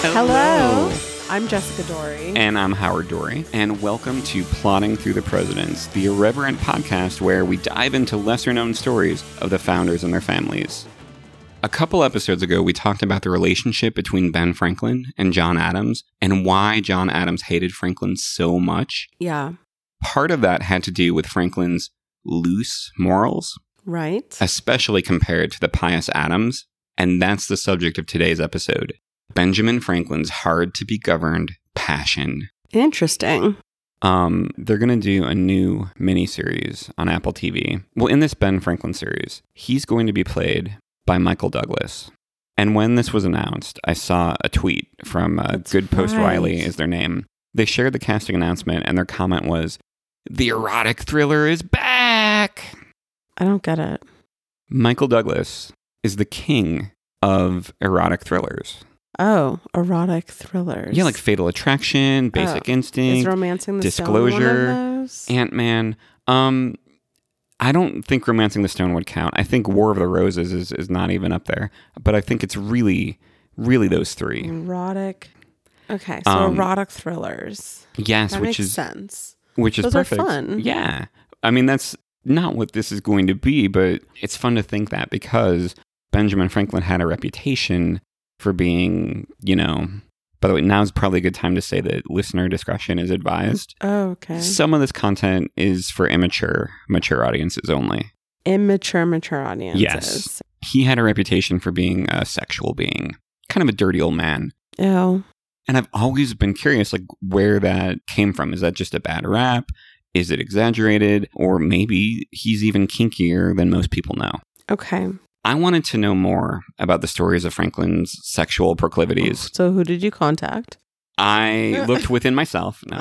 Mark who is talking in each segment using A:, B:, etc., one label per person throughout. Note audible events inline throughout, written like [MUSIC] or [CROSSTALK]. A: Hello. I'm Jessica Dory.
B: And I'm Howard Dory, and welcome to Plotting Through the Presidents, the irreverent podcast where we dive into lesser known stories of the founders and their families. A couple episodes ago, we talked about the relationship between Ben Franklin and John Adams and why John Adams hated Franklin so much.
A: yeah,
B: Part of that had to do with Franklin's loose morals,
A: right.
B: especially compared to the pious Adams, and that's the subject of today's episode Benjamin Franklin's hard to be governed passion
A: Interesting.
B: Um, they're going to do a new miniseries on Apple TV. Well, in this Ben Franklin series, he's going to be played by Michael Douglas. And when this was announced, I saw a tweet from uh,
A: That's
B: Good Post
A: right.
B: Wiley is their name. They shared the casting announcement, and their comment was, "The erotic thriller is back."
A: I don't get it.
B: Michael Douglas is the king of erotic thrillers.
A: Oh, erotic thrillers.
B: Yeah, like Fatal Attraction, Basic Instinct,
A: Oh, is romancing the Stone one
B: Disclosure,
A: of those?
B: Ant Man. Um, I don't think Romancing the Stone would count. I think War of the Roses is, is not even up there, but I think it's really, really those three.
A: Mm, erotic. Okay, so
B: Um,
A: erotic thrillers.
B: Yes,
A: That
B: which
A: makes
B: is
A: sense.
B: which is
A: Those are
B: perfect.
A: fun.
B: Yeah, I mean that's not what this is going to be, but it's fun to think that because Benjamin Franklin had a reputation for being, you know. By the way, now's probably a good time to say that listener discretion is advised.
A: Oh, okay.
B: Some of this content is for immature, mature audiences only.
A: Immature, mature audiences.
B: Yes. he had a reputation for being a sexual being, kind of a dirty old man.
A: Ew.
B: And I've always been curious, like, where that came from. Is that just a bad rap? Is it exaggerated? Or maybe he's even kinkier than most people know.
A: Okay.
B: I wanted to know more about the stories of Franklin's sexual proclivities.
A: So who did you contact?
B: I looked within myself. No.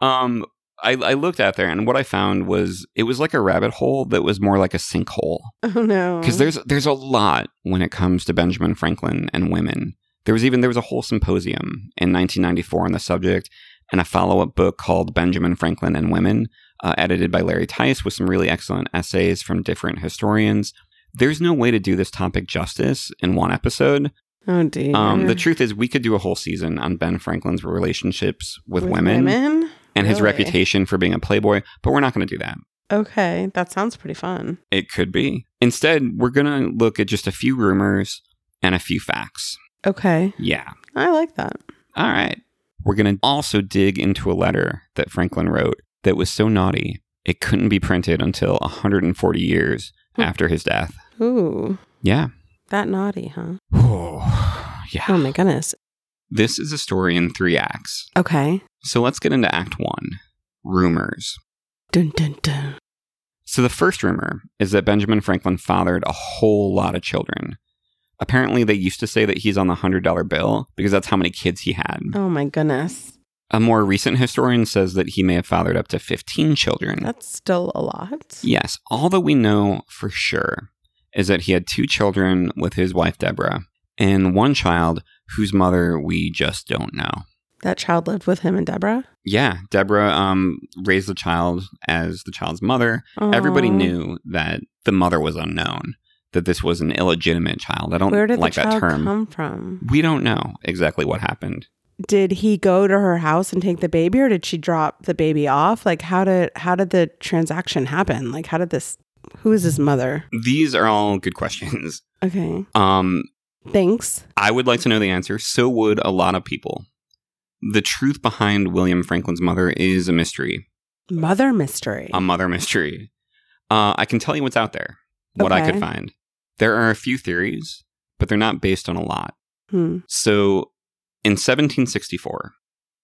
B: um, I, I looked out there, and what I found was it was like a rabbit hole that was more like a sinkhole.
A: [LAUGHS] oh no.
B: because there's there's a lot when it comes to Benjamin Franklin and women. There was even there was a whole symposium in 1994 on the subject, and a follow up book called Benjamin Franklin and Women, uh, edited by Larry Tice, with some really excellent essays from different historians. There's no way to do this topic justice in one episode.
A: oh dear.
B: Um, the truth is, we could do a whole season on Ben Franklin's relationships with, women,
A: women.
B: and his
A: Really?
B: reputation for being a playboy, but we're not going to do that.
A: Okay, that sounds pretty fun.
B: It could be. Instead, we're going to look at just a few rumors and a few facts.
A: Okay,
B: Yeah.
A: I like that.
B: All right. We're going to also dig into a letter that Franklin wrote that was so naughty, it couldn't be printed until 140 years
A: Hmm.
B: after his death.
A: Ooh,
B: Yeah.
A: that naughty, huh?
B: yeah.
A: Oh my goodness.
B: This is a story in three acts.
A: Okay.
B: So let's get into Act One rumors.
A: Dun dun dun.
B: So the first rumor is that Benjamin Franklin fathered a whole lot of children. Apparently, they used to say that he's on the $100 bill because that's how many kids he had.
A: Oh my goodness.
B: A more recent historian says that he may have fathered up to 15 children.
A: That's still a lot.
B: yes, all that we know for sure is that he had two children with his wife, Deborah, and one child whose mother we just don't know.
A: That child lived with him and Deborah.
B: Yeah, Deborah um, raised the child as the child's mother, Everybody
A: Aw.
B: knew that the mother was unknown, that this was an illegitimate child. I don't
A: Where did
B: like
A: the
B: that
A: child
B: term.
A: come from?
B: We don't know exactly what happened.
A: Did he go to her house and take the baby, or did she drop the baby off? Like, how did how did the transaction happen? Like, how did this? Who is his mother?
B: These are all good questions. [LAUGHS]
A: Okay.
B: Um,
A: Thanks.
B: I would like to know the answer. So would a lot of people. The truth behind William Franklin's mother is a mystery,
A: Mother mystery.
B: a mother mystery. Uh, I can tell you what's out there, what I
A: Okay.
B: could find. There are a few theories, but they're not based on a lot.
A: hmm.
B: So in 1764,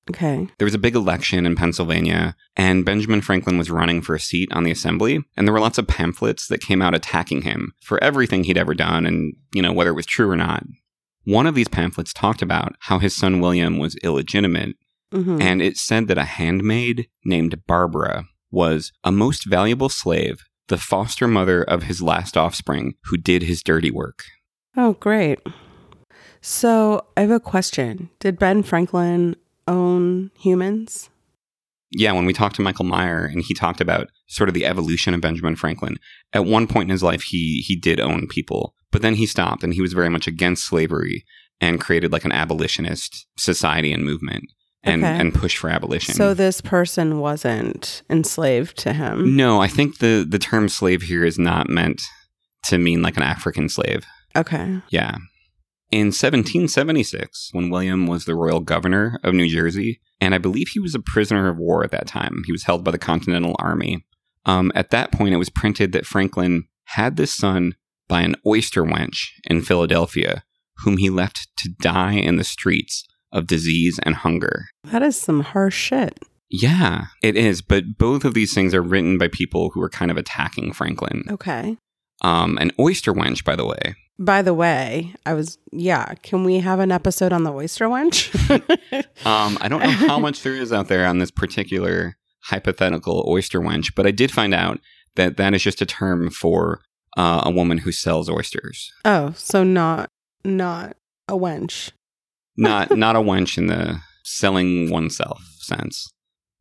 A: Okay.
B: There was a big election in Pennsylvania, and Benjamin Franklin was running for a seat on the assembly, and there were lots of pamphlets that came out attacking him for everything he'd ever done and, you know, whether it was true or not. One of these pamphlets talked about how his son William was illegitimate,
A: Mm-hmm.
B: and it said that a handmaid named Barbara was a most valuable slave, the foster mother of his last offspring, who did his dirty work.
A: oh, great. So I have a question. Did Ben Franklin own humans?
B: yeah, when we talked to Michael Meyer and he talked about sort of the evolution of Benjamin Franklin, at one point in his life he he did own people, but then he stopped and he was very much against slavery and created like an abolitionist society and movement and
A: Okay.
B: and push for abolition.
A: So this person wasn't enslaved to him.
B: no, I think the the term slave here is not meant to mean like an African slave.
A: Okay.
B: Yeah. In 1776, when William was the royal governor of New Jersey, and I believe he was a prisoner of war at that time, he was held by the Continental Army. Um, at that point, it was printed that Franklin had this son by an oyster wench in Philadelphia, whom he left to die in the streets of disease and hunger.
A: That is some harsh shit.
B: Yeah, it is. But both of these things are written by people who are kind of attacking Franklin.
A: Okay.
B: Um, an oyster wench, by the way,
A: By the way, I was yeah, can we have an episode on the oyster
B: [LAUGHS]
A: wench?
B: Um, I don't know how much there is out there on this particular hypothetical oyster wench, but I did find out that that is just a term for uh, a woman who sells oysters,
A: Oh, so not not a wench. [LAUGHS]
B: not not a wench in the selling oneself sense.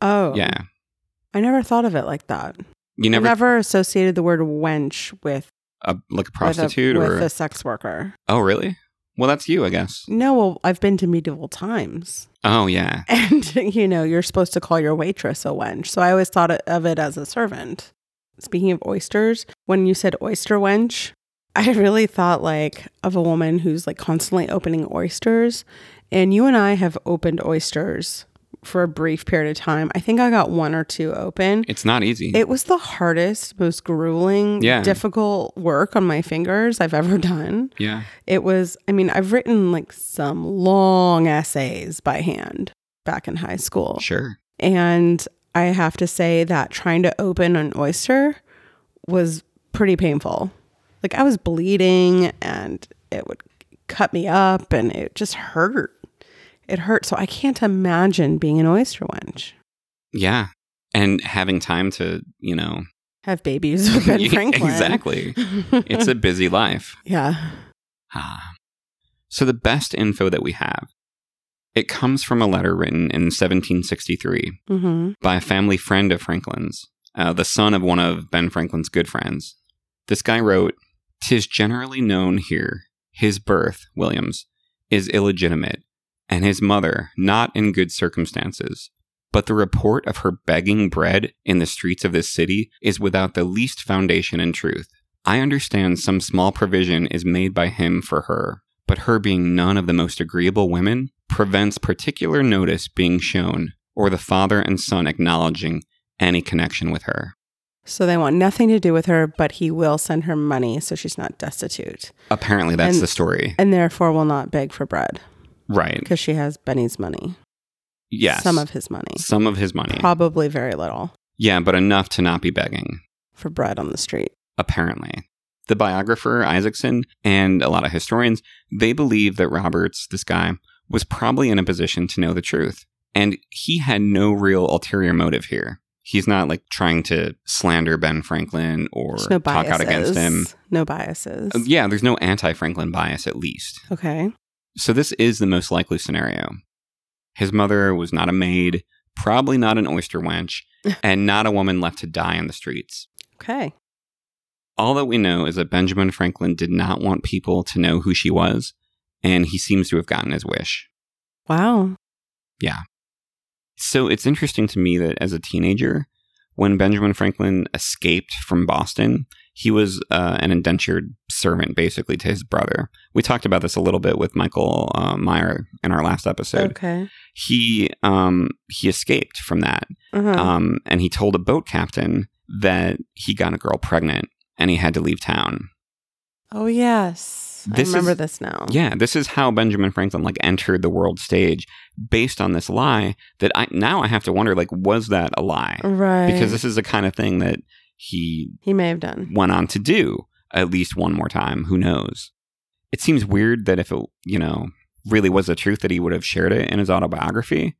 A: Oh.
B: Yeah,
A: I never thought of it like that.
B: you never,
A: I never associated the word wench with
B: a, like a prostitute
A: with a,
B: or
A: with a sex worker.
B: oh really? Well, that's you, I guess.
A: No, well, I've been to medieval times, [LAUGHS]
B: Oh yeah,
A: and you know you're supposed to call your waitress a wench. So I always thought of it as a servant. Speaking of oysters, when you said oyster wench, I really thought like of a woman who's like constantly opening oysters. And you and I have opened oysters for a brief period of time. I think I got one or two open.
B: it's not easy.
A: It was the hardest, most grueling,
B: Yeah.
A: difficult work on my fingers I've ever done.
B: yeah,
A: It was, I mean, I've written like some long essays by hand back in high school.
B: sure.
A: And I have to say that trying to open an oyster was pretty painful. Like I was bleeding and it would cut me up and it just hurt. It hurt. So I can't imagine being an oyster wench.
B: Yeah, and having time to you know
A: [LAUGHS] Have babies
B: [LAUGHS]
A: with Ben Franklin.
B: exactly. It's a busy life.
A: [LAUGHS] yeah.
B: Ah. So the best info that we have, it comes from a letter written in 1763
A: Mm-hmm.
B: by a family friend of Franklin's, uh, the son of one of Ben Franklin's good friends. This guy wrote, "Tis generally known here his birth, Williams, is illegitimate, and his mother not in good circumstances." But the report of her begging bread in the streets of this city is without the least foundation in truth. I understand some small provision is made by him for her, but her being none of the most agreeable women prevents particular notice being shown or the father and son acknowledging any connection with her.
A: So they want nothing to do with her, but he will send her money so she's not destitute
B: Apparently, that's
A: And-
B: the story.
A: and therefore will not beg for bread
B: Right.
A: because she has Benny's money.
B: Yes.
A: Some of his money.
B: Some of his money.
A: Probably very little
B: yeah, but enough to not be begging,
A: for bread on the street.
B: apparently. The biographer, Isaacson, and a lot of historians, they believe that Roberts, this guy, was probably in a position to know the truth. And he had no real ulterior motive here. He's not like trying to slander Ben Franklin or
A: There's no
B: talk
A: biases.
B: out against him.
A: No biases.
B: Uh, Yeah, there's no anti Franklin bias, at least.
A: Okay.
B: So this is the most likely scenario. His mother was not a maid, probably not an oyster
A: [LAUGHS]
B: wench, and not a woman left to die in the streets.
A: Okay.
B: All that we know is that Benjamin Franklin did not want people to know who she was, and he seems to have gotten his wish.
A: Wow.
B: So it's interesting to me that as a teenager, when Benjamin Franklin escaped from Boston, he was uh, an indentured servant, basically, to his brother. We talked about this a little bit with Michael uh, Meyer in our last episode.
A: okay.
B: he um he escaped from that
A: Uh-huh.
B: um and he told a boat captain that he got a girl pregnant and he had to leave town
A: oh, yes. I
B: This
A: remember
B: is-
A: this now.
B: Yeah, this is how Benjamin Franklin like entered the world stage based on this lie that I now I have to wonder like was that a lie?
A: Right.
B: Because this is the kind of thing that he
A: he may have done.
B: went on to do at least one more time, who knows. It seems weird that if it, you know, really was the truth that he would have shared it in his autobiography,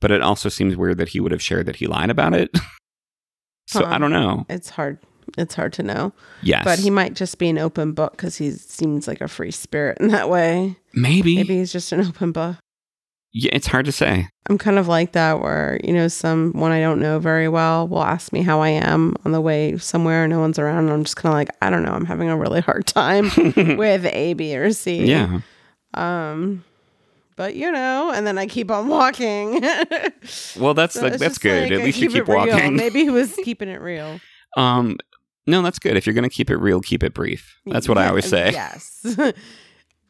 B: but it also seems weird that he would have shared that he lied about it. [LAUGHS] so
A: Huh.
B: I don't know.
A: It's hard. It's hard to know.
B: Yes.
A: But he might just be an open book because he seems like a free spirit in that way.
B: maybe,
A: Maybe he's just an open book.
B: Yeah, it's hard to
A: [LAUGHS]
B: say. [LAUGHS]
A: I'm kind of like that where, you know, someone I don't know very well will ask me how I am on the way somewhere, no one's around, and I'm just kind of like, I don't know, I'm having a really
B: [LAUGHS]
A: hard time with A, B, or C.
B: yeah.
A: Um but you know, and then I keep on walking. [LAUGHS] That's
B: Well, that's like that's good. At least you keep walking.
A: Maybe
B: [LAUGHS]
A: he was keeping it real.
B: Um, no, that's good. If you're going to keep it real, keep it brief. That's what I
A: [LAUGHS]
B: always say. [LAUGHS]
A: Yes.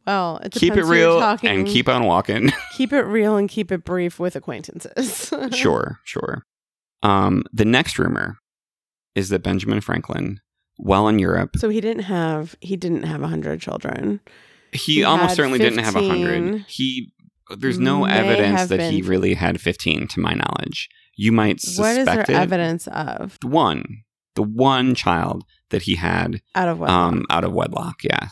A: well, it
B: Keep it
A: depends who you're
B: real
A: talking.
B: and keep on walking.
A: [LAUGHS]
B: [LAUGHS]
A: keep it real and keep it brief with acquaintances. [LAUGHS]
B: sure, sure. Um, the next rumor is that Benjamin Franklin, while in Europe,
A: So he didn't have he didn't have a hundred children.
B: he,
A: He
B: almost
A: had
B: certainly didn't have a
A: 15.
B: hundred. He there's no
A: May
B: evidence
A: have
B: that he
A: been.
B: really had 15 to my knowledge. You might
A: what is
B: suspect
A: there
B: it.
A: evidence of?
B: The One, the one child that he had
A: Out of what?
B: um, out of wedlock. Yeah.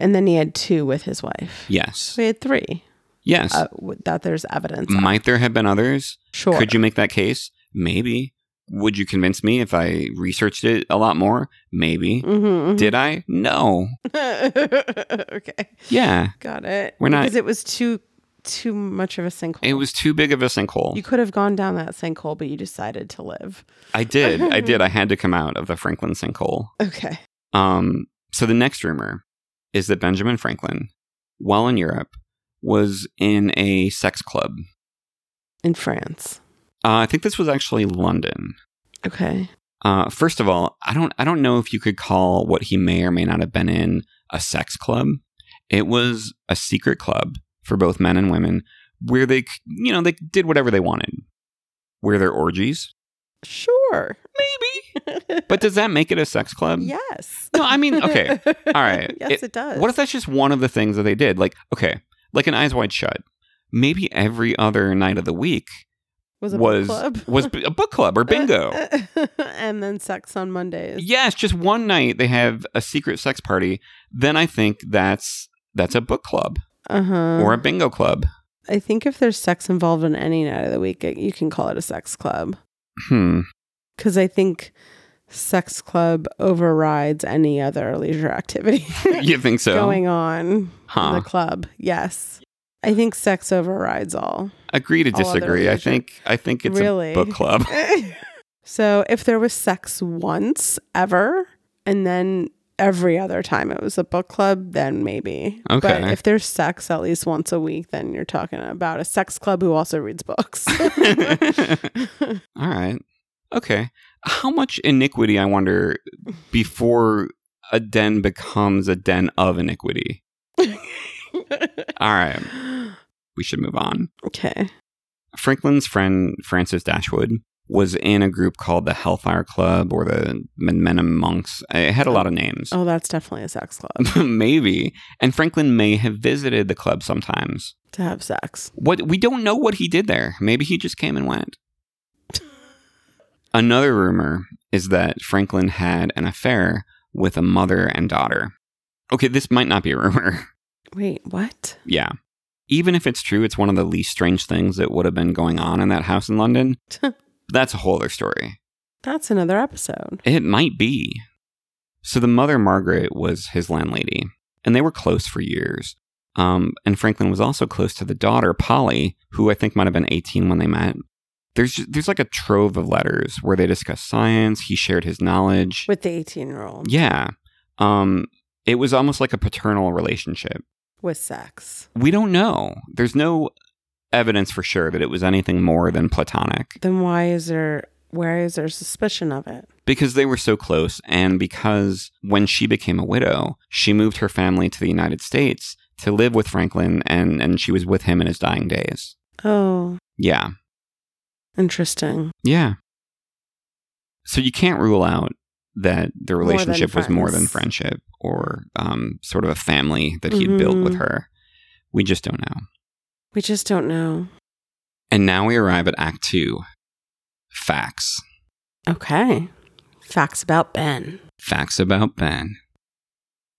A: and then he had two with his wife.
B: Yes.
A: So he had three.
B: Yes.
A: Uh, w- that there's evidence. of.
B: might there have been others?
A: Sure.
B: Mm,
A: [LAUGHS]
B: Could you make that case? Maybe. Would you convince me if I researched it a lot more? Maybe.
A: Mhm, mhm.
B: Did I? No.
A: [LAUGHS] okay.
B: Yeah.
A: Got it.
B: We're not-
A: because it was too too much of a sinkhole.
B: It was too big of a sinkhole.
A: You could have gone down that sinkhole, but you decided to live.
B: I did.
A: [LAUGHS]
B: I did. I had to come out of the Franklin sinkhole.
A: Okay.
B: Um, so the next rumor is that Benjamin Franklin, while in Europe, was in a sex club.
A: In France.
B: Uh, I think this was actually London.
A: Okay.
B: Uh, first of all, I don't I don't know if you could call what he may or may not have been in a sex club. It was a secret club for both men and women where they c- you know they did whatever they wanted. Were there orgies?
A: Sure.
B: Maybe.
A: [LAUGHS] Maybe.
B: [LAUGHS] But does that make it a sex club?
A: yes.
B: No, Um, I mean, okay.
A: All
B: right.
A: yes, [LAUGHS] it, does.
B: What if that's just one of the things that they did? Like, okay, like an eyes wide shut. Maybe every other night of the week
A: was a book
B: was
A: club? [LAUGHS] Uh,
B: was b- a book club or bingo.
A: and then sex on Mondays.
B: Yes, just one night they have a secret sex party. Then I think that's that's a book club
A: Uh huh.
B: or a bingo club.
A: I think if there's sex involved on any night of the week, it, you can call it a sex club [LAUGHS]
B: Hmm.
A: because I think sex club overrides any other leisure activity [LAUGHS]
B: [LAUGHS] You think so?
A: going on in
B: Huh.
A: the club. Yes. I think sex overrides all. [LAUGHS]
B: Agree to
A: All other
B: disagree. I
A: leisure.
B: think I think it's
A: Really?
B: a book club.
A: [LAUGHS]
B: [LAUGHS]
A: so if there was sex once ever and then every other time it was a book club, then maybe. But
B: Okay.
A: if there's sex at least once a week, then you're talking about a sex club who also
B: [LAUGHS]
A: reads books. [LAUGHS]
B: All right. Okay. How much iniquity I wonder before a den becomes a den of
A: [LAUGHS]
B: iniquity. All right. We should move on.
A: okay.
B: Franklin's friend Francis Dashwood was in a group called the Hellfire Club or the Menmenham Monks. It had a lot of names.
A: Oh, that's definitely a sex
B: [LAUGHS]
A: club
B: Maybe. And Franklin may have visited the club sometimes.
A: to have sex.
B: What we don't know what he did there. Maybe he just came and went. Another rumor is that Franklin had an affair with a mother and daughter. Okay, this might not be a rumor. [LAUGHS]
A: Wait, what? [LAUGHS]
B: Yeah. Even if it's true, it's one of the least strange things that would have been going on in that house in London. That's a whole other story.
A: That's another episode.
B: It might be. So the mother, Margaret, was his landlady, and they were close for years. Um, and Franklin was also close to the daughter, Polly, who I think might have been 18 when they met. There's, there's like a trove of letters where they discuss science. He shared his knowledge.
A: With the 18 year old.
B: yeah. Um, it was almost like a paternal relationship.
A: With sex.
B: We don't know. There's no evidence for sure that it was anything more than platonic
A: Then why is there. Where is there suspicion of it?
B: because they were so close and because when she became a widow, she moved her family to the United States to live with Franklin and and she was with him in his dying days.
A: Oh,
B: Yeah.
A: interesting.
B: Yeah. So you can't rule out that their
A: More than
B: relationship was more than
A: friends.
B: friendship or um, sort of a family that he'd built with
A: Mhm.
B: her. We just don't know.
A: We just don't know.
B: And now we arrive at Act Two facts.
A: Okay. Facts about Ben.
B: Facts about Ben.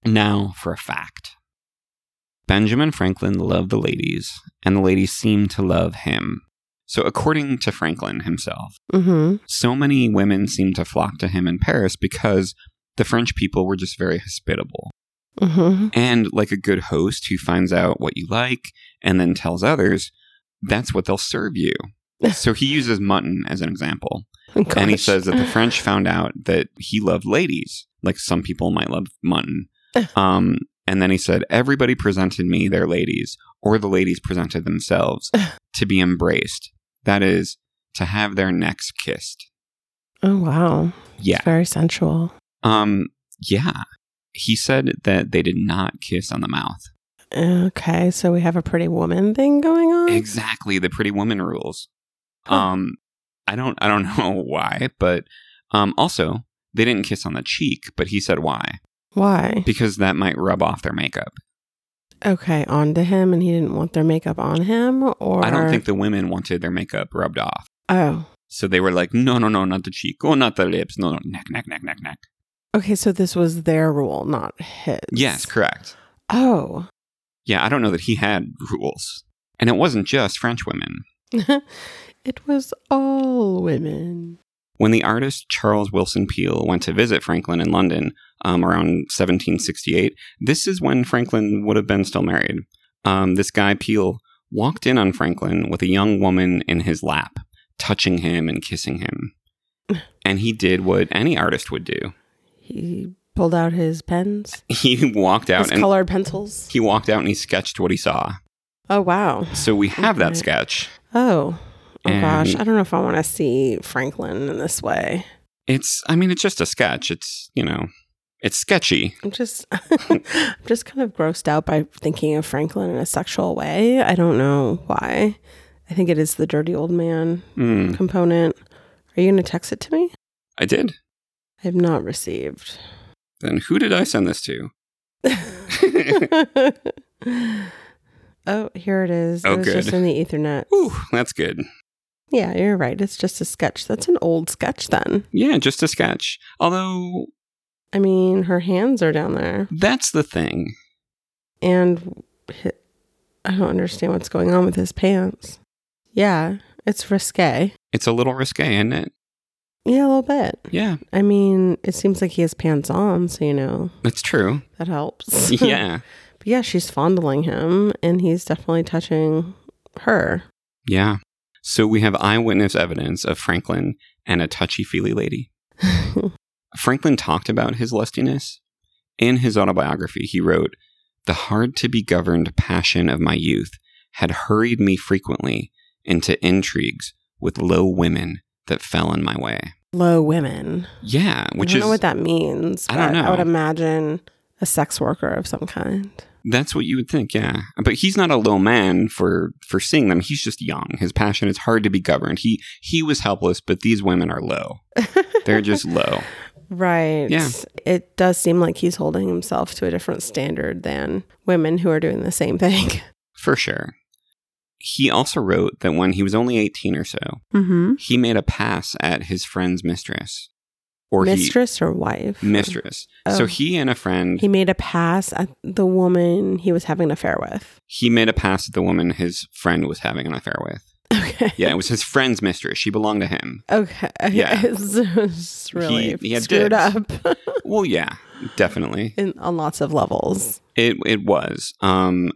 B: Now for a fact Benjamin Franklin loved the ladies, and the ladies seemed to love him. So, according to Franklin himself,
A: Mm-hmm.
B: so many women seemed to flock to him in Paris because the French people were just very hospitable.
A: Mm-hmm.
B: And like a good host who finds out what you like and then tells others, that's what they'll serve you. So he uses mutton as an example. And he says
A: [GASPS] [LAUGHS]
B: that the French found out that he loved ladies, like some people might love mutton. Um, and then he said, Everybody presented me their ladies, or the ladies presented themselves to be embraced. That is, to have their necks kissed.
A: Oh wow.
B: Yeah.
A: It's very sensual.
B: Um, yeah. He said that they did not kiss on the mouth.
A: Okay, so we have a pretty woman thing going on.
B: Exactly, the pretty woman rules.
A: Huh.
B: Um, I don't, I don't [LAUGHS] know why, but um, also they didn't kiss on the cheek. But he said why?
A: Why?
B: Because that might rub off their makeup.
A: Okay, onto him, and he didn't want their makeup on him, or
B: I don't think the women wanted their makeup rubbed off,
A: Oh,
B: so they were like, no, no, no, not the cheek, oh, not the lips, no, no, neck, neck, neck, neck, neck.
A: okay. So this was their rule, not his.
B: Yes, correct.
A: Oh. [LAUGHS]
B: Yeah, I don't know that he had rules, and it wasn't just French women.
A: it was all women.
B: When the artist Charles Wilson Peale went to visit Franklin in London um, around 1768, this is when Franklin would have been still married. Um, this guy, Peale, walked in on Franklin with a young woman in his lap, touching him and kissing
A: [SIGHS]
B: him. And he did what any artist would do. [LAUGHS]
A: He pulled out his pens,
B: He walked out
A: his
B: and
A: colored pencils.
B: he walked out and he sketched what he saw.
A: Oh wow.
B: So we have that
A: Okay.
B: sketch.
A: Oh. Oh
B: And-
A: gosh, I don't know if I want to see Franklin in this way.
B: It's I mean it's just a sketch. It's, you know, it's sketchy.
A: I'm just [LAUGHS] I'm just kind of grossed out by thinking of Franklin in a sexual way. I don't know why. I think it is the dirty old man
B: Hmm.
A: component. Are you going to text it to me?
B: I did.
A: I have not received.
B: Then who did I send this to?
A: [LAUGHS] oh, here it is.
B: Oh,
A: it was
B: good.
A: just in the Ethernet.
B: Ooh, that's good.
A: Yeah, you're right. It's just a sketch. That's an old sketch then.
B: Yeah, just a sketch. Although
A: I mean, her hands are down there.
B: that's the thing.
A: and hi- I don't understand what's going on with his pants. Yeah, it's risque.
B: It's a little risque, isn't it?
A: Yeah, a little bit.
B: Yeah,
A: I mean, it seems like he has pants on, so you know
B: that's
A: [LAUGHS]
B: true.
A: that helps.
B: [LAUGHS] yeah.
A: but yeah, she's fondling him, and he's definitely touching her. [LAUGHS]
B: Yeah. So we have eyewitness evidence of Franklin and a touchy feely lady. Franklin talked about his lustiness. In his autobiography, he wrote, The hard to be governed passion of my youth had hurried me frequently into intrigues with low women that fell in my way.
A: Low women.
B: Yeah, which
A: I don't
B: is
A: know what that means.
B: I don't
A: but I would
B: know.
A: imagine a sex worker of some kind.
B: That's what you would think, yeah. But he's not a low man for for seeing them. He's just young. His passion is hard to be governed. He he was helpless, but these women are
A: [LAUGHS]
B: low. They're just low.
A: Right.
B: Yeah.
A: It does seem like he's holding himself to a different standard than women who are doing the same thing.
B: For sure. He also wrote that when he was only 18 or so,
A: [LAUGHS] Mm-hmm.
B: he made a pass at his friend's mistress. Or
A: Mistress or wife?
B: he mistress. So
A: Oh.
B: he and a friend
A: He
B: he,
A: made a pass at the woman he was having an affair with. [LAUGHS]
B: made a pass at the woman his friend was having an affair with.
A: Okay.
B: Yeah, it was his friend's mistress. She belonged to
A: [LAUGHS]
B: him.
A: Okay.
B: Yeah.
A: It's, it's really
B: He- he had
A: screwed
B: dibs.
A: up [LAUGHS]
B: Well, yeah, definitely.
A: in, on lots of levels.
B: It it was. Um,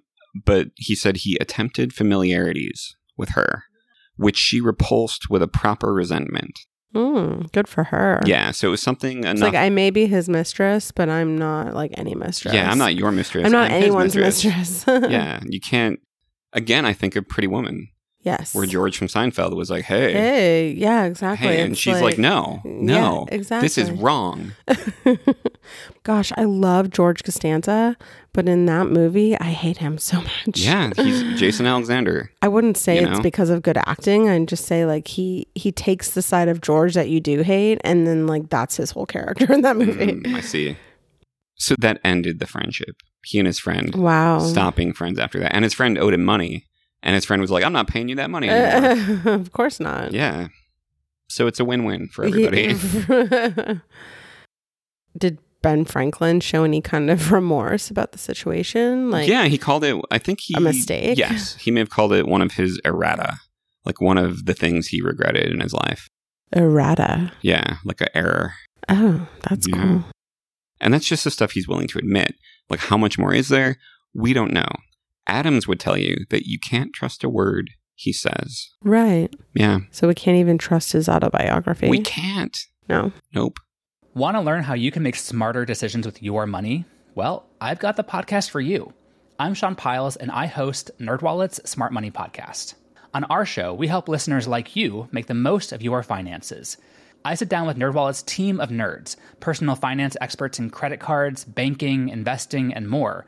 B: but he said he attempted familiarities with her, which she repulsed with a proper resentment.
A: Mm, good for her.
B: Yeah, so it was something enough.
A: It's like I may be his mistress, but I'm not like any mistress.
B: yeah, I'm not your mistress.
A: I'm not
B: his
A: [LAUGHS] anyone's mistress.
B: yeah, you can't. Again, I think of Pretty Woman.
A: Yes.
B: where George from Seinfeld was like, "Hey, hey,",
A: Hey, yeah, exactly.
B: and
A: It's
B: she's like, "No, no,
A: Yeah,
B: this is
A: exactly. [LAUGHS]
B: wrong."
A: Gosh, I love George Costanza, but in that movie, I hate him so much.
B: yeah,
A: [LAUGHS]
B: he's Jason Alexander.
A: I wouldn't say
B: you
A: it's
B: know?
A: because of good acting. I'd just say like he he takes the side of George that you do hate, and then like that's his whole character in that movie.
B: Mm, I see. So that ended the friendship. He and his friend
A: Wow. [LAUGHS]
B: stopped being friends after that, and his friend owed him money, and his friend was like, "I'm not paying you that money anymore."
A: Uh, [LAUGHS] of course not.
B: yeah. So it's a win-win for
A: He-
B: everybody. [LAUGHS]
A: Did Ben Franklin show any kind of remorse about the situation? [LAUGHS] Like,
B: yeah, he called it. I think he
A: a mistake?
B: Yes, he may have called it one of his errata, like one of the things he regretted in his life.
A: errata.
B: Yeah, like an error.
A: Oh, that's
B: Yeah.
A: cool.
B: And that's just the stuff he's willing to admit. Like, how much more is there? We don't know. Adams would tell you that you can't trust a word he says.
A: Right.
B: Yeah,
A: So we can't even trust his autobiography.
B: we can't.
A: No.
B: Nope.
C: Want to learn how you can make smarter decisions with your money? Well, I've got the podcast for you. I'm Sean Piles and I host NerdWallet's Smart Money Podcast. On our show, we help listeners like you make the most of your finances. I sit down with NerdWallet's team of nerds, personal finance experts in credit cards, banking, investing, and more.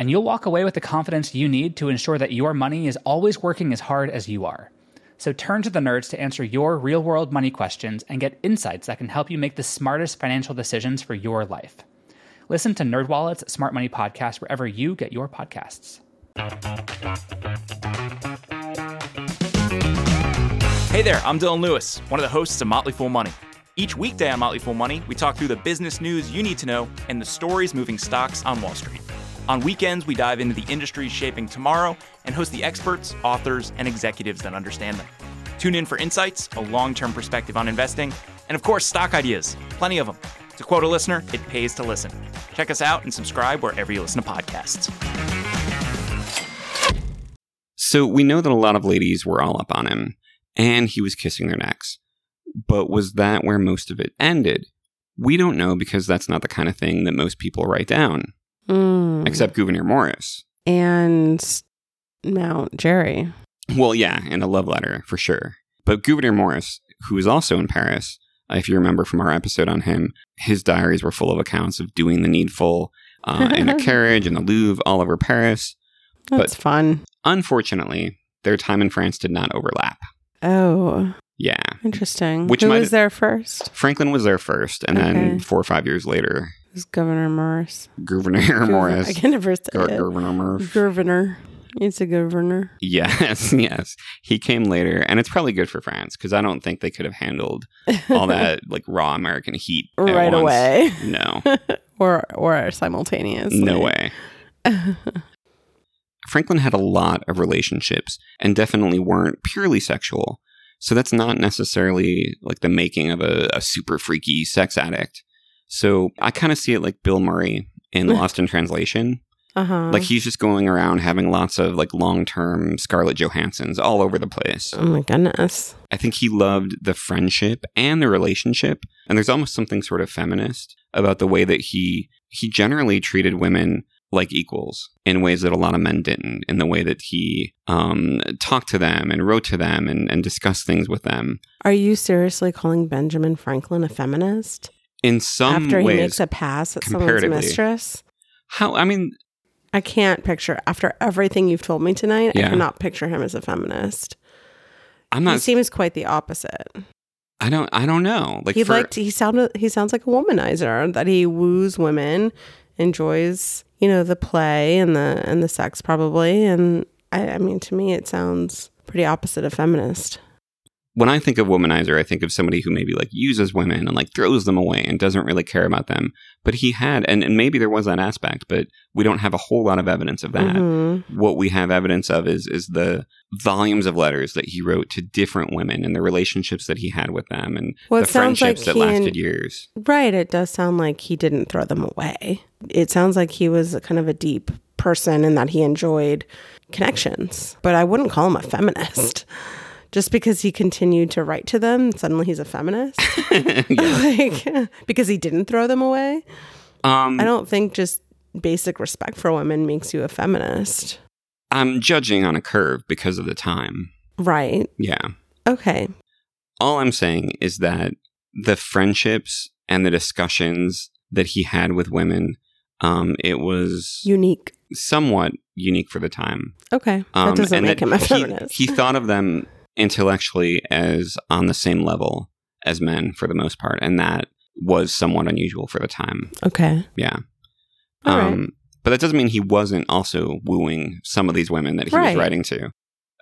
C: And you'll walk away with the confidence you need to ensure that your money is always working as hard as you are. So turn to the nerds to answer your real world money questions and get insights that can help you make the smartest financial decisions for your life. Listen to NerdWallet's Smart Money Podcast wherever you get your podcasts.
D: Hey there, I'm Dylan Lewis, one of the hosts of Motley Fool Money. Each weekday on Motley Fool Money, we talk through the business news you need to know and the stories moving stocks on Wall Street. On weekends, we dive into the industries shaping tomorrow and host the experts, authors, and executives that understand them. Tune in for insights, a long term perspective on investing, and of course, stock ideas. Plenty of them. To quote a listener, it pays to listen. Check us out and subscribe wherever you listen to podcasts.
B: So we know that a lot of ladies were all up on him, and he was kissing their necks. But was that where most of it ended? We don't know because that's not the kind of thing that most people write down,
A: Mm.
B: except Gouverneur Morris.
A: and Mount Jerry.
B: Well, yeah, and a love letter for sure. But Gouverneur Morris, who is also in Paris, uh, if you remember from our episode on him, his diaries were full of accounts of doing the needful uh, in a carriage in the Louvre all over Paris.
A: That's fun.
B: Unfortunately, their time in France did not overlap.
A: Oh,
B: Yeah.
A: interesting.
B: Which
A: Who
B: might-
A: was there first?
B: Franklin was there first, and
A: Okay.
B: then four or five years later,
A: It was Governor Morris. [LAUGHS]
B: Gouverneur
A: Gov- I
B: Morris.
A: can never say
B: Gov-
A: it.
B: Governor Morris.
A: Governor. It's a governor.
B: Yes, [LAUGHS] yes. He came later, and it's probably good for France because I don't think they could have handled
A: [LAUGHS]
B: all that like raw American heat at
A: right
B: once.
A: away.
B: No,
A: or or simultaneously.
B: no way. [LAUGHS] Franklin had a lot of relationships and definitely weren't purely sexual. So that's not necessarily like the making of a, a super freaky sex addict. So I kind of see it like Bill Murray in Lost in Translation.
A: Uh huh.
B: Like he's just going around having lots of like long term Scarlett Johansons all over the place.
A: oh my goodness.
B: I think he loved the friendship and the relationship. And there's almost something sort of feminist about the way that he he generally treated women like equals in ways that a lot of men didn't, in the way that he um, talked to them and wrote to them and, and discussed things with them.
A: Are you seriously calling Benjamin Franklin a feminist
B: In some
A: after he
B: ways,
A: makes a pass at someone's
B: comparatively.
A: mistress?
B: how I mean,
A: I can't picture after everything you've told me tonight. I
B: Yeah.
A: cannot picture him as a feminist.
B: I'm
A: he
B: not.
A: seems quite the opposite.
B: I don't. I don't know. Like
A: he
B: for-
A: liked he sounded he sounds like a womanizer that he woos women, enjoys you know the play and the and the sex probably and I, I mean to me it sounds pretty opposite of feminist.
B: when I think of womanizer, I think of somebody who maybe like uses women and like throws them away and doesn't really care about them. But he had, and, and maybe there was that aspect, but we don't have a whole lot of evidence of that.
A: Mhm.
B: What we have evidence of is is the volumes of letters that he wrote to different women and the relationships that he had with them and
A: Well, it
B: the
A: sounds like
B: friendships that
A: he and-
B: lasted years. [LAUGHS]
A: Right. It does sound like he didn't throw them away. It sounds like he was kind of a deep person and that he enjoyed connections. But I wouldn't call him a feminist. [LAUGHS] Just because he continued to write to them, suddenly he's a
B: [LAUGHS]
A: feminist. [LAUGHS] like because he didn't throw them away.
B: Um,
A: I don't think just basic respect for women makes you a feminist.
B: I'm judging on a curve because of the time.
A: Right.
B: Yeah.
A: Okay.
B: all I'm saying is that the friendships and the discussions that he had with women, um, it was
A: Unique.
B: somewhat unique for the time.
A: Okay.
B: Um,
A: that doesn't
B: and
A: make
B: that
A: him a
B: he-
A: feminist.
B: He, thought of them intellectually as on the same level as men for the most part, and that was somewhat unusual for the time.
A: okay.
B: Yeah. Um,
A: All right.
B: But that doesn't mean he wasn't also wooing some of these women that he
A: Right.
B: was writing to.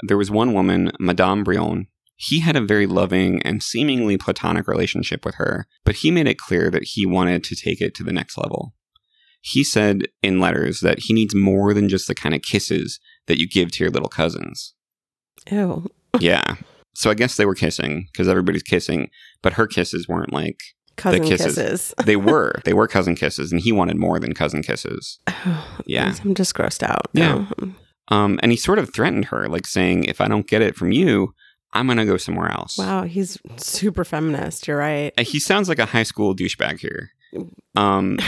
B: There was one woman, Madame Brion. He had a very loving and seemingly platonic relationship with her, but he made it clear that he wanted to take it to the next level. He said in letters that he needs more than just the kind of kisses that you give to your little
A: [LAUGHS]
B: cousins.
A: Ew.
B: yeah. So I guess they were kissing because everybody's kissing, but her kisses weren't like
A: Cousin
B: kisses.
A: kisses. [SIGHS]
B: they were. They were cousin kisses, and he wanted more than cousin kisses. Yeah.
A: I'm just grossed out.
B: Yeah.
A: No.
B: Um, and he sort of threatened her, like saying, if I don't get it from you, I'm going to go somewhere else.
A: Wow, he's super feminist. You're right.
B: And He sounds like a high school douchebag here. Um,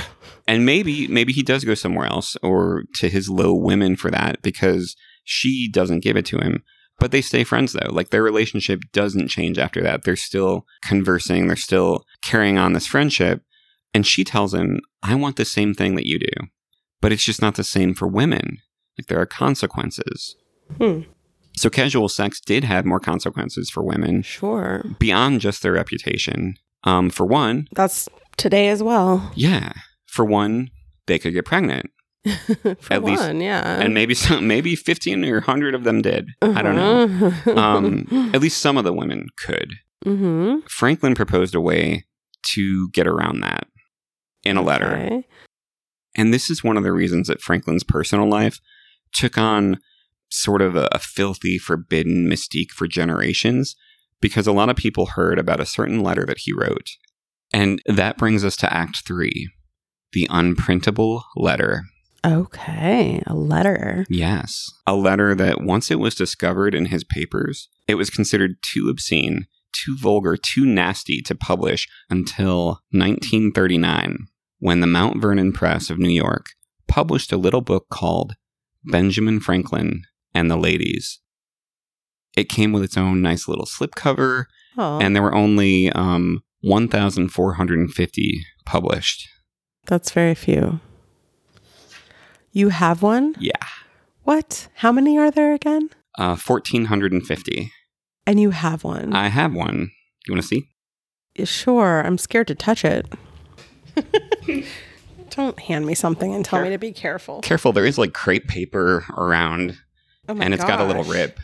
B: and maybe, maybe he does go somewhere else or to his low women for that because she doesn't give it to him. But they stay friends though. Like their relationship doesn't change after that. They're still conversing, they're still carrying on this friendship. And she tells him, I want the same thing that you do, but it's just not the same for women. Like there are consequences.
A: Hmm.
B: So casual sex did have more consequences for women
A: Sure.
B: beyond just their reputation. Um, for one,
A: That's today as well. [LAUGHS]
B: yeah, for one, they could get pregnant,
A: For
B: At
A: one,
B: least-
A: yeah.
B: and maybe some, maybe fifteen or hundred of them did. I don't know.
A: know. [LAUGHS]
B: Um, at least some of the women could.
A: hmm
B: Franklin proposed a way to get around that in a letter.
A: Okay.
B: And this is one of the reasons that Franklin's personal life took on sort of a, a filthy, forbidden mystique for generations, because a lot of people heard about a certain letter that he wrote. And that brings us to Act Three the unprintable letter.
A: Okay. A letter.
B: Yes. A letter that once it was discovered in his papers, it was considered too obscene, too vulgar, too nasty to publish until 1939, when the Mount Vernon Press of New York published a little book called Benjamin Franklin and the Ladies. It came with its own nice little slipcover,
A: Oh,
B: and there were only um, 1,450 published.
A: that's very few. You have one?
B: Yeah.
A: What? How many are there again?
B: Uh, 1,450.
A: And you have one?
B: I have one. You want to see?
A: sure. I'm scared to
B: [LAUGHS]
A: touch it. don't hand me something and tell me to be careful.
B: Careful, there is like crepe paper around,
A: Oh my
B: and it's got a little
A: gosh.
B: rip.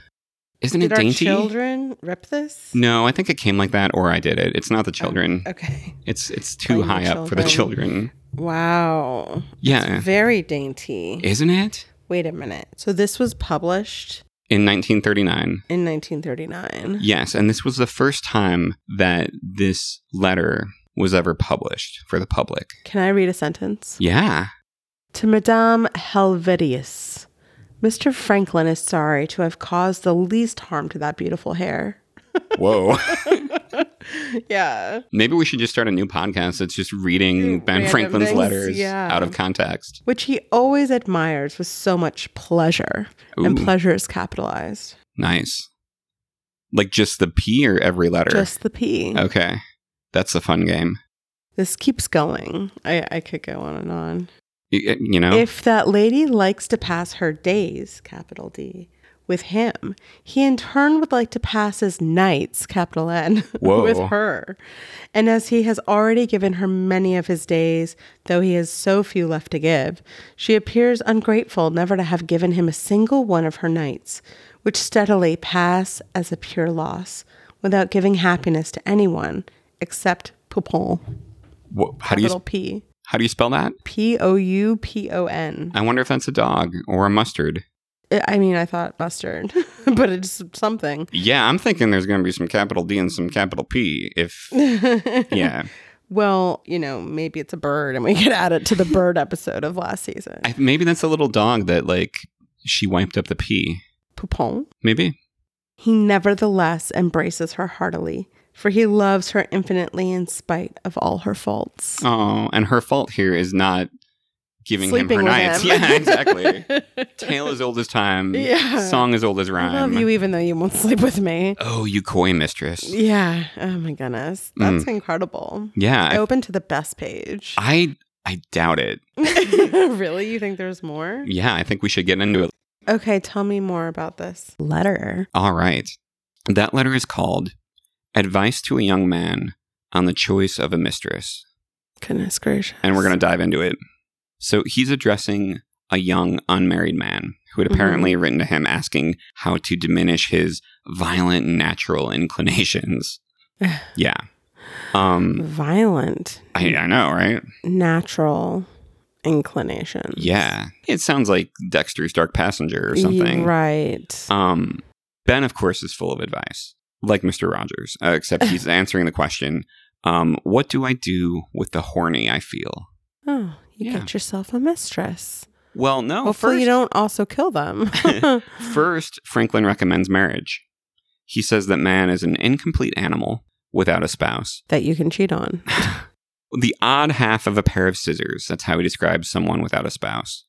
B: Isn't
A: Did
B: it dainty?
A: our children rip this?
B: No, I think it came like that, or I did it. It's not the children.
A: Oh, Okay.
B: It's it's too
A: Blame the
B: high up for the
A: children. [LAUGHS]
B: children.
A: Wow.
B: Yeah,
A: Very dainty.
B: isn't it?
A: Wait a minute. So this was published
B: In 1939.
A: in 1939.
B: Yes, and this was the first time that this letter was ever published for the public.
A: Can I read a sentence?
B: Yeah.
A: To Madame Helvetius. Mr. Franklin is sorry to have caused the least harm to that
B: [LAUGHS]
A: beautiful hair. [LAUGHS]
B: Whoa.
A: Yeah.
B: Maybe we should just start a new podcast that's just reading Ben
A: Random
B: Franklin's
A: things,
B: letters
A: yeah.
B: out of context.
A: Which he always admires with so much pleasure. And
B: Ooh.
A: pleasure is capitalized.
B: Nice. Like just the P or every letter?
A: Just the P.
B: Okay. That's a fun game.
A: This keeps going. I, I could go on and on.
B: You, you know?
A: If that lady likes to pass her days, capital D, with him, he in turn would like to pass his nights, capital N, [LAUGHS]
B: Whoa.
A: with her. And as he has already given her many of his days, though he has so few left to give, she appears ungrateful never to have given him a single one of her nights, which steadily pass as a pure loss, without giving happiness to anyone except Poupon.
B: Wha how do you
A: Capital P.
B: how do you spell that?
A: P O U P O N.
B: I wonder if that's a dog or a mustard.
A: I I mean, I thought mustard, [LAUGHS] but it's something.
B: Yeah, I'm thinking there's going to be some capital D and some capital P.
A: [LAUGHS]
B: If yeah,
A: Well, you know, maybe it's a bird and we could add it to the bird episode of last season.
B: I, maybe that's a little dog that like she wiped up the pee.
A: Poupon.
B: Maybe
A: He nevertheless embraces her heartily, for he loves her infinitely in spite of all her faults.
B: Oh, and her fault here is not giving him her
A: with
B: nights.
A: him.
B: [LAUGHS] Yeah, exactly.
A: [LAUGHS]
B: Tale as old as time.
A: Yeah.
B: Song as old as rhyme.
A: I love you even though you won't [LAUGHS] sleep with me.
B: oh, you coy mistress.
A: Yeah. Oh my goodness. That's incredible. I
B: Yeah.
A: opened to the best
B: Mm.
A: page.
B: I, I doubt it.
A: [LAUGHS] really? You think there's more?
B: Yeah, I think we should get into it.
A: Okay, tell me more about this letter.
B: All right. That letter is called Advice to a Young Man on the Choice of a Mistress.
A: Goodness gracious.
B: and we're going to dive into it. So he's addressing a young unmarried man who had apparently written to him asking how to diminish his violent natural inclinations. yeah. Um
A: Violent,
B: I, I know, right?
A: natural inclination.
B: Yeah. It sounds like Dexter's Dark Passenger or something.
A: Right.
B: Um, ben, of course, is full of advice, like Mr. Rogers, uh, except
A: [LAUGHS]
B: he's answering the question, um, What do I do with the horny I feel?
A: oh, you
B: yeah.
A: get yourself a mistress.
B: Well, no.
A: Hopefully,
B: first,
A: you don't also
B: [LAUGHS]
A: kill them. [LAUGHS]
B: First, Franklin recommends marriage. He says that man is an incomplete animal without a spouse.
A: that you can cheat on.
B: The odd half of a pair of scissors. That's how he describes someone without a spouse.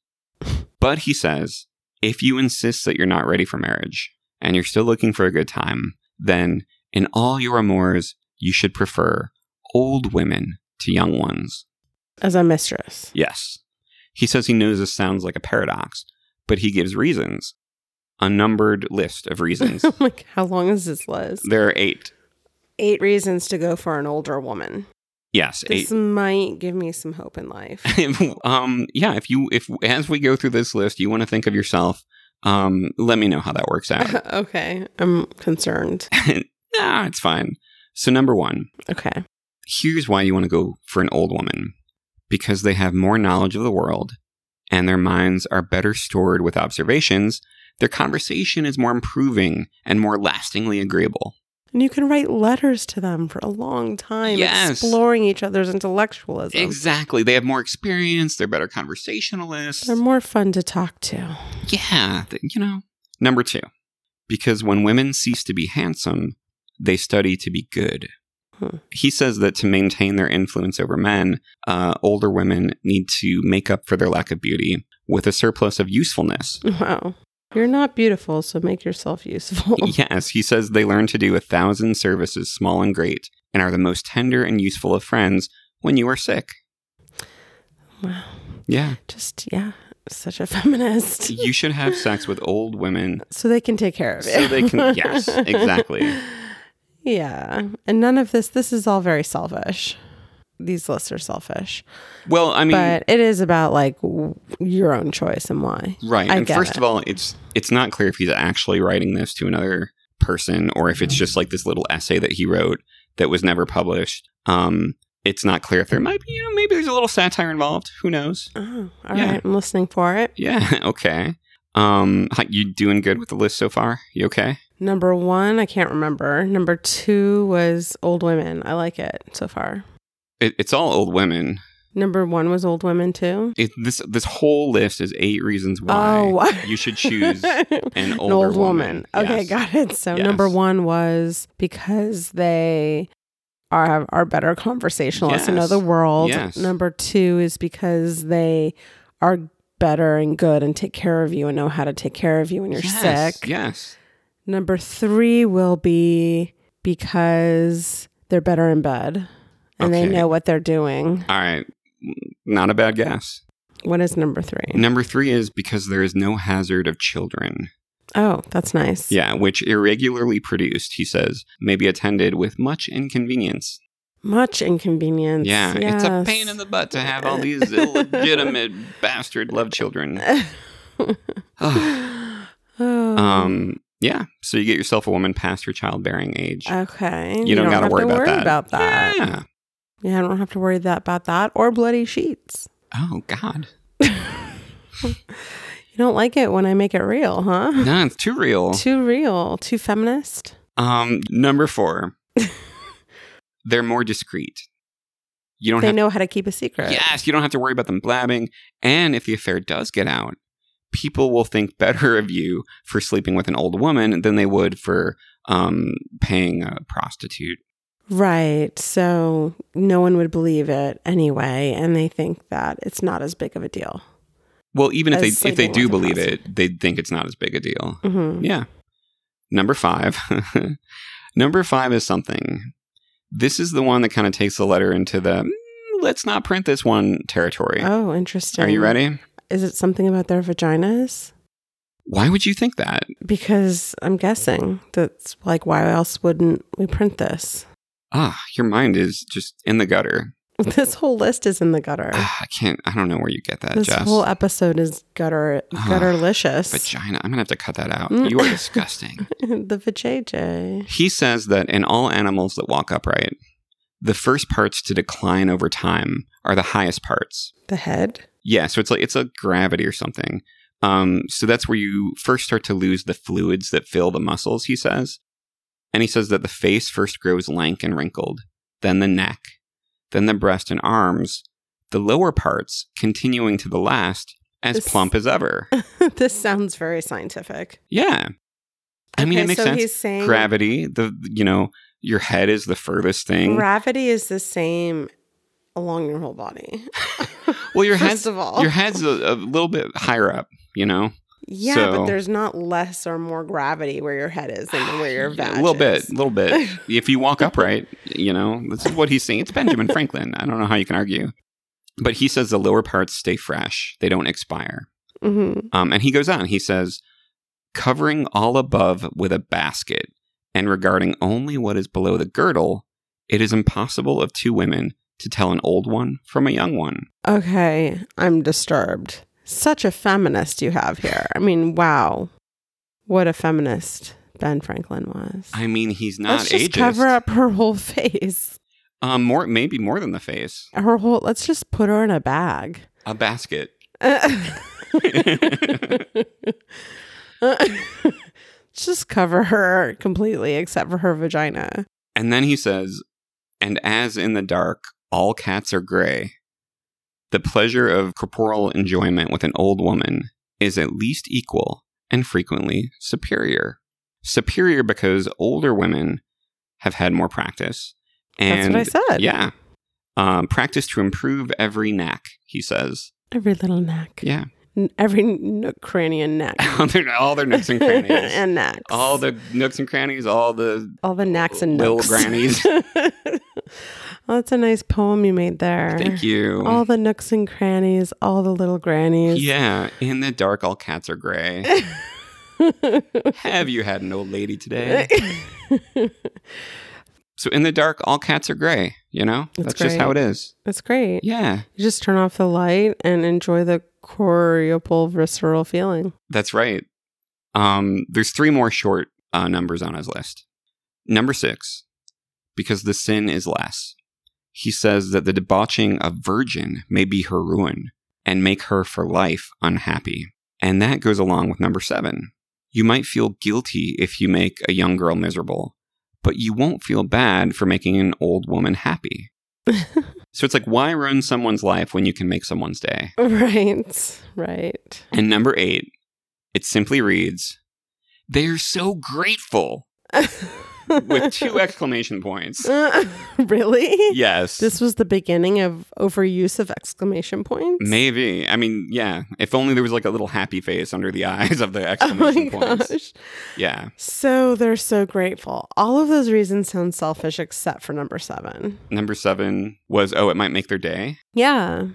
B: But he says, if you insist that you're not ready for marriage and you're still looking for a good time, then in all your amours, you should prefer old women to young ones.
A: As a mistress. [LAUGHS]
B: Yes. He says he knows this sounds like a paradox, but he gives reasons. A numbered list of
A: [LAUGHS]
B: reasons.
A: like, how long is this list?
B: There are eight.
A: Eight reasons to go for an older woman.
B: Yes,
A: This might give me some hope in life.
B: [LAUGHS]
A: [LAUGHS]
B: eight. um, yeah. If you, if as we go through this list, you want to think of yourself, um, let me know how that works
A: [LAUGHS]
B: out.
A: okay. I'm concerned.
B: nah, it's fine. So number one,
A: Okay.
B: here's why you want to go for an old woman, because they have more knowledge of the world, and their minds are better stored with observations. Their conversation is more improving and more lastingly agreeable.
A: And you can write letters to them for a long time,
B: Yes.
A: exploring each other's intellectualism.
B: Exactly. They have more experience. They're better conversationalists.
A: They're more fun to talk to.
B: Yeah, th- you know. Number two, because when women cease to be handsome, they study to be good.
A: Hmm.
B: He says that to maintain their influence over men, uh, older women need to make up for their lack of beauty with a surplus of usefulness.
A: Wow. You're not beautiful, so make yourself useful.
B: yes, he says they learn to do a thousand services, small and great, and are the most tender and useful of friends when you are sick.
A: Wow.
B: Yeah.
A: [LAUGHS] [LAUGHS] Just, yeah, such a feminist.
B: You should have sex with old women
A: So they can take care of it.
B: so they
A: [LAUGHS]
B: can. yes, exactly.
A: Yeah. And none of this, this is all very selfish. These lists are selfish.
B: Well, I mean,
A: but it is about like w- your own choice and why.
B: Right.
A: I
B: and
A: get
B: first
A: it.
B: of all, it's it's not clear if he's actually writing this to another person or if it's just like this little essay that he wrote that was never published. Um it's not clear if there might be, you know, maybe there's a little satire involved. Who knows?
A: Oh, all
B: Yeah.
A: right, I'm listening for it.
B: Yeah, [LAUGHS] okay. Um hi- you doing good with the list so far? You okay?
A: Number one, I can't remember. Number two was old women. I like it so far.
B: It, it's all old women.
A: Number one was old women too.
B: It, this this whole list is eight reasons why
A: Oh, what?
B: you should
A: [LAUGHS]
B: choose an older
A: old
B: woman.
A: woman. Okay,
B: Yes.
A: got it. So
B: Yes.
A: number one was because they are are better conversationalists and know
B: Yes.
A: the world.
B: Yes.
A: Number two is because they are better and good and take care of you and know how to take care of you when you're
B: Yes,
A: sick.
B: Yes.
A: Number three will be because they're better in bed and
B: Okay.
A: they know what they're doing.
B: All right. Not a bad guess.
A: What is number three?
B: Number three is because there is no hazard of children.
A: Oh, that's nice.
B: Yeah, which irregularly produced, he says, may be attended with much inconvenience.
A: Much inconvenience.
B: Yeah, it's a pain
A: Yes.
B: in the butt to have
A: [LAUGHS]
B: all these illegitimate bastard love children. Ugh.
A: Oh.
B: [SIGHS] um, Yeah. So you get yourself a woman past her childbearing age.
A: Okay.
B: you, don't, got to worry about that.
A: about that. Yeah.
B: Yeah.
A: I don't have to worry that about that or bloody sheets.
B: Oh God.
A: You don't like it when I make it real, huh?
B: No, it's too real.
A: [LAUGHS] Too real, too feminist.
B: Um, number four.
A: [LAUGHS]
B: They're more discreet. You don't
A: They
B: have
A: know how to keep a secret.
B: Yes, you don't have to worry about them blabbing. And if the affair does get out, people will think better [LAUGHS] of you for sleeping with an old woman than they would for um, paying a prostitute.
A: Right. So no one would believe it anyway, and they think that it's not as big of a deal.
B: Well, even if
A: As
B: they if they
A: sleeping
B: do
A: with a
B: believe
A: prostitute.
B: it, they think it's not as big a deal.
A: hmm
B: Yeah. Number five. [LAUGHS] Number five is something. This is the one that kind of takes the letter into the "Mm, let's not print this one territory.
A: Oh, interesting.
B: Are you ready?
A: Is it something about their vaginas?
B: Why would you think that?
A: Because I'm guessing that's like why else wouldn't we print this? [LAUGHS]
B: Ah, your mind is just in the gutter.
A: This whole list is in the gutter. [SIGHS]
B: Ah, [SIGHS] I can't. I don't know where you get that,
A: this
B: Jess.
A: whole episode is gutter
B: Ah,
A: gutterlicious. [LAUGHS]
B: Vagina. I'm gonna have to cut that out.
A: Mm.
B: You are
A: [LAUGHS]
B: disgusting.
A: the vajayjay.
B: he says that in all animals that walk upright, the first parts to decline over time are the highest parts.
A: The head.
B: Yeah, so it's like it's a gravity or something. Um, so that's where you first start to lose the fluids that fill the muscles. He says, and he says that the face first grows lank and wrinkled, then the neck, then the breast and arms, the lower parts continuing to the last as
A: This-
B: plump as ever.
A: [LAUGHS] this sounds very scientific.
B: Yeah. I mean,
A: Okay,
B: it makes
A: so
B: sense.
A: he's saying-
B: Gravity, the you know, your head is the furthest thing.
A: Gravity is the same along your whole body.
B: Well, your
A: First
B: head's
A: of all.
B: your head's a, a little bit higher up. You know,
A: Yeah,
B: So-
A: but there's not less or more gravity where your head is than where your
B: [SIGHS] Yeah,
A: vag
B: a little bit,
A: is.
B: a little
A: [LAUGHS]
B: bit. if you walk upright, you know, this is what he's saying. It's Benjamin Franklin. I don't know how you can argue, but he says the lower parts stay fresh; they don't expire.
A: Mhm.
B: Um, and he goes on, he says, covering all above with a basket and regarding only what is below the girdle, it is impossible of two women to tell an old one from a young one.
A: Okay, I'm disturbed. Such a feminist you have here. I mean, wow, what a feminist Ben Franklin was.
B: I mean, he's not
A: let's just
B: ageist.
A: cover up her whole [LAUGHS] face.
B: Um, more, maybe more than the face.
A: Her whole. Let's just put her in a bag. [LAUGHS]
B: A basket.
A: just cover her completely, except for her vagina.
B: And then he says, and as in the dark, all cats are gray, the pleasure of corporal enjoyment with an old woman is at least equal and frequently superior. Superior because older women have had more practice.
A: That's
B: And
A: what I said.
B: Yeah. Um, practice to improve every knack, he says.
A: Every little neck.
B: Yeah. [LAUGHS]
A: N- Every nook, cranny, and neck.
B: all, their, all their nooks and crannies.
A: [LAUGHS] and necks.
B: all the nooks and crannies, all the
A: all the necks and
B: little
A: nooks.
B: grannies.
A: [LAUGHS] well, that's a nice poem you made there.
B: Thank you.
A: All the nooks and crannies, all the little grannies.
B: Yeah, in the dark, all cats are gray.
A: [LAUGHS]
B: Have you had an old lady today? So in the dark, all cats are gray. You know, that's,
A: That's
B: just how it
A: great.
B: is.
A: that's great.
B: Yeah,
A: You just turn off the light and enjoy the corporal visceral feeling. [LAUGHS]
B: that's right. Um, there's three more short uh, numbers on his list. Number six, because the sin is less. He says that the debauching of virgin may be her ruin and make her for life unhappy. And that goes along with number seven. You might feel guilty if you make a young girl miserable, but you won't feel bad for making an old woman happy. so it's like, why ruin someone's life when you can make someone's day?
A: Right. Right.
B: And number eight, it simply reads, They're so grateful with two exclamation points.
A: [LAUGHS] really?
B: Yes.
A: This was the beginning of overuse of exclamation points.
B: Maybe. I mean, yeah. If only there was like a little happy face under the [LAUGHS] eyes of the
A: Oh my
B: exclamation points.
A: gosh.
B: Yeah.
A: So they're so grateful. All of those reasons sound selfish except for number seven.
B: Number seven was, oh, it might make their day.
A: Yeah.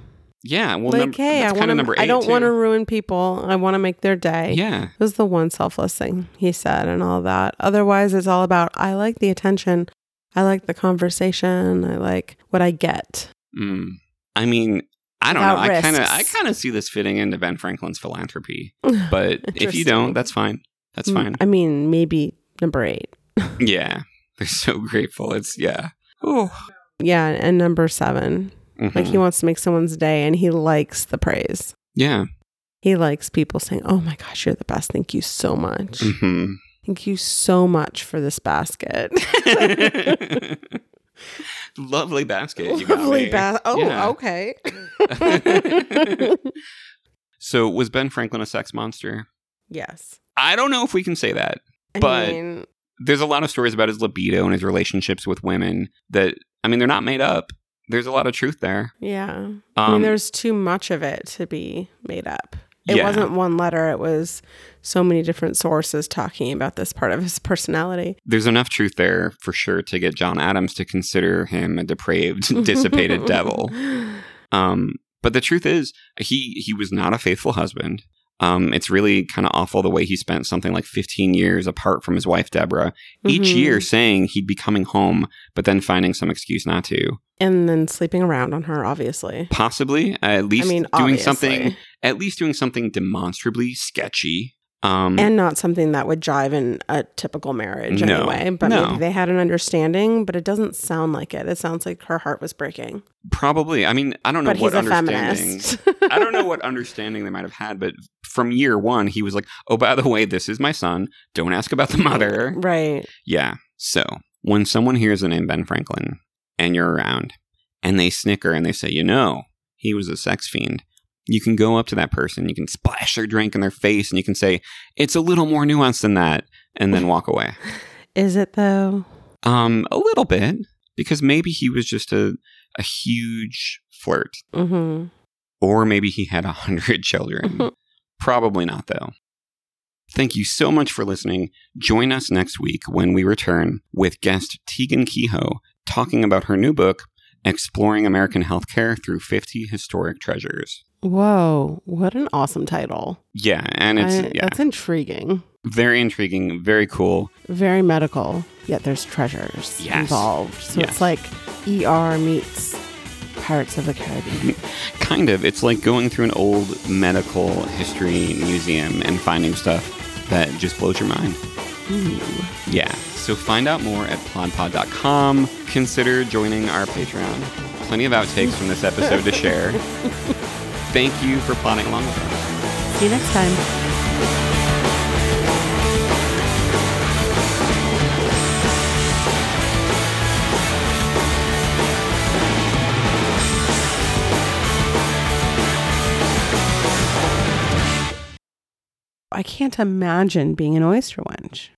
B: Yeah. Well,
A: like,
B: num-
A: hey, I
B: that's kind of
A: want
B: number
A: to.
B: eight.
A: I don't want to
B: too.
A: ruin people. I want to make their day.
B: Yeah.
A: It was the one selfless thing he said and all that. Otherwise, it's all about I like the attention. I like the conversation. I like what I get.
B: Mm. I mean, I don't
A: Without
B: know. I kind of,
A: risks. [LAUGHS]
B: I kind of see this fitting into Ben Franklin's philanthropy, but if you
A: Interesting.
B: don't, that's fine. That's fine.
A: Mm, I mean, maybe number eight.
B: Yeah. [LAUGHS] They're so grateful. It's, yeah. Oh.
A: Yeah, and number 7
B: Mm-hmm.
A: Like
B: Hmm.
A: he wants to make someone's day and he likes the praise.
B: yeah.
A: He likes people saying, Oh my gosh, you're the best. Thank you so much. Mm-hmm. [LAUGHS]
B: hmm
A: Thank you so much for this basket.
B: [LAUGHS]
A: [LAUGHS]
B: Lovely basket. [LAUGHS] You got
A: Lovely
B: me.
A: basket. Oh,
B: Yeah. [LAUGHS]
A: okay. [LAUGHS]
B: So was Ben Franklin a sex monster?
A: yes.
B: I don't know if we can say that.
A: I
B: But-
A: mean,
B: There's a lot of stories about his libido and his relationships with women that I mean they're not made up. There's a lot of truth there.
A: yeah.
B: Um,
A: I mean, there's too much of it to be made up. It
B: Yeah.
A: wasn't one letter, it was so many different sources talking about this part of his personality. [LAUGHS]
B: there's enough truth there for sure to get John Adams to consider him a depraved, dissipated devil. Um, but the truth is, he he was not a faithful husband. Um, it's really kind of awful the way he spent something like 15 years apart from his wife Deborah, each
A: Mhm.
B: year saying he'd be coming home, but then finding some excuse not to.
A: And then sleeping around on her, obviously.
B: Possibly, at least
A: I mean,
B: doing something,
A: obviously.
B: at least doing something demonstrably sketchy. Um,
A: And not something that would jive in a typical marriage
B: No.
A: anyway. But
B: No.
A: maybe they had an understanding, but it doesn't sound like it. It sounds like her heart was breaking.
B: probably, I mean, I don't know
A: But
B: what
A: he's a
B: understanding.
A: feminist.
B: [LAUGHS]
A: [LAUGHS]
B: I don't know what understanding they might have had, but from year one, he was like, "Oh, by the way, this is my son. Don't ask about the mother."
A: Right.
B: Yeah. So when someone hears the name Ben Franklin and you're around, and they snicker and they say, "You know, he was a sex fiend," you can go up to that person, you can splash their drink in their face, and you can say, "It's a little more nuanced than that," and then walk away.
A: Is it though?
B: Um, a little bit because maybe he was just a a huge flirt
A: Mm-hmm.
B: or maybe he had a 100 [LAUGHS] children.
A: [LAUGHS]
B: Probably not, though. Thank you so much for listening. Join us next week when we return with guest Tegan Kehoe talking about her new book, Exploring American Healthcare Through 50 Historic Treasures.
A: Whoa. What an awesome title.
B: Yeah, and it's
A: I-
B: yeah,
A: That's intriguing.
B: very intriguing, very cool.
A: Very medical, yet there's treasures
B: Yes.
A: involved. So
B: Yes.
A: it's like ER meets Pirates of
B: [LAUGHS]
A: the Caribbean.
B: Kind of. It's like going through an old medical history museum and finding stuff that just blows your mind. Yeah. So find out more at plodpod.com. Consider joining our Patreon. Plenty of outtakes from this episode to share. Thank you for plodding along with us.
A: See you next time. I can't imagine being an oyster wench.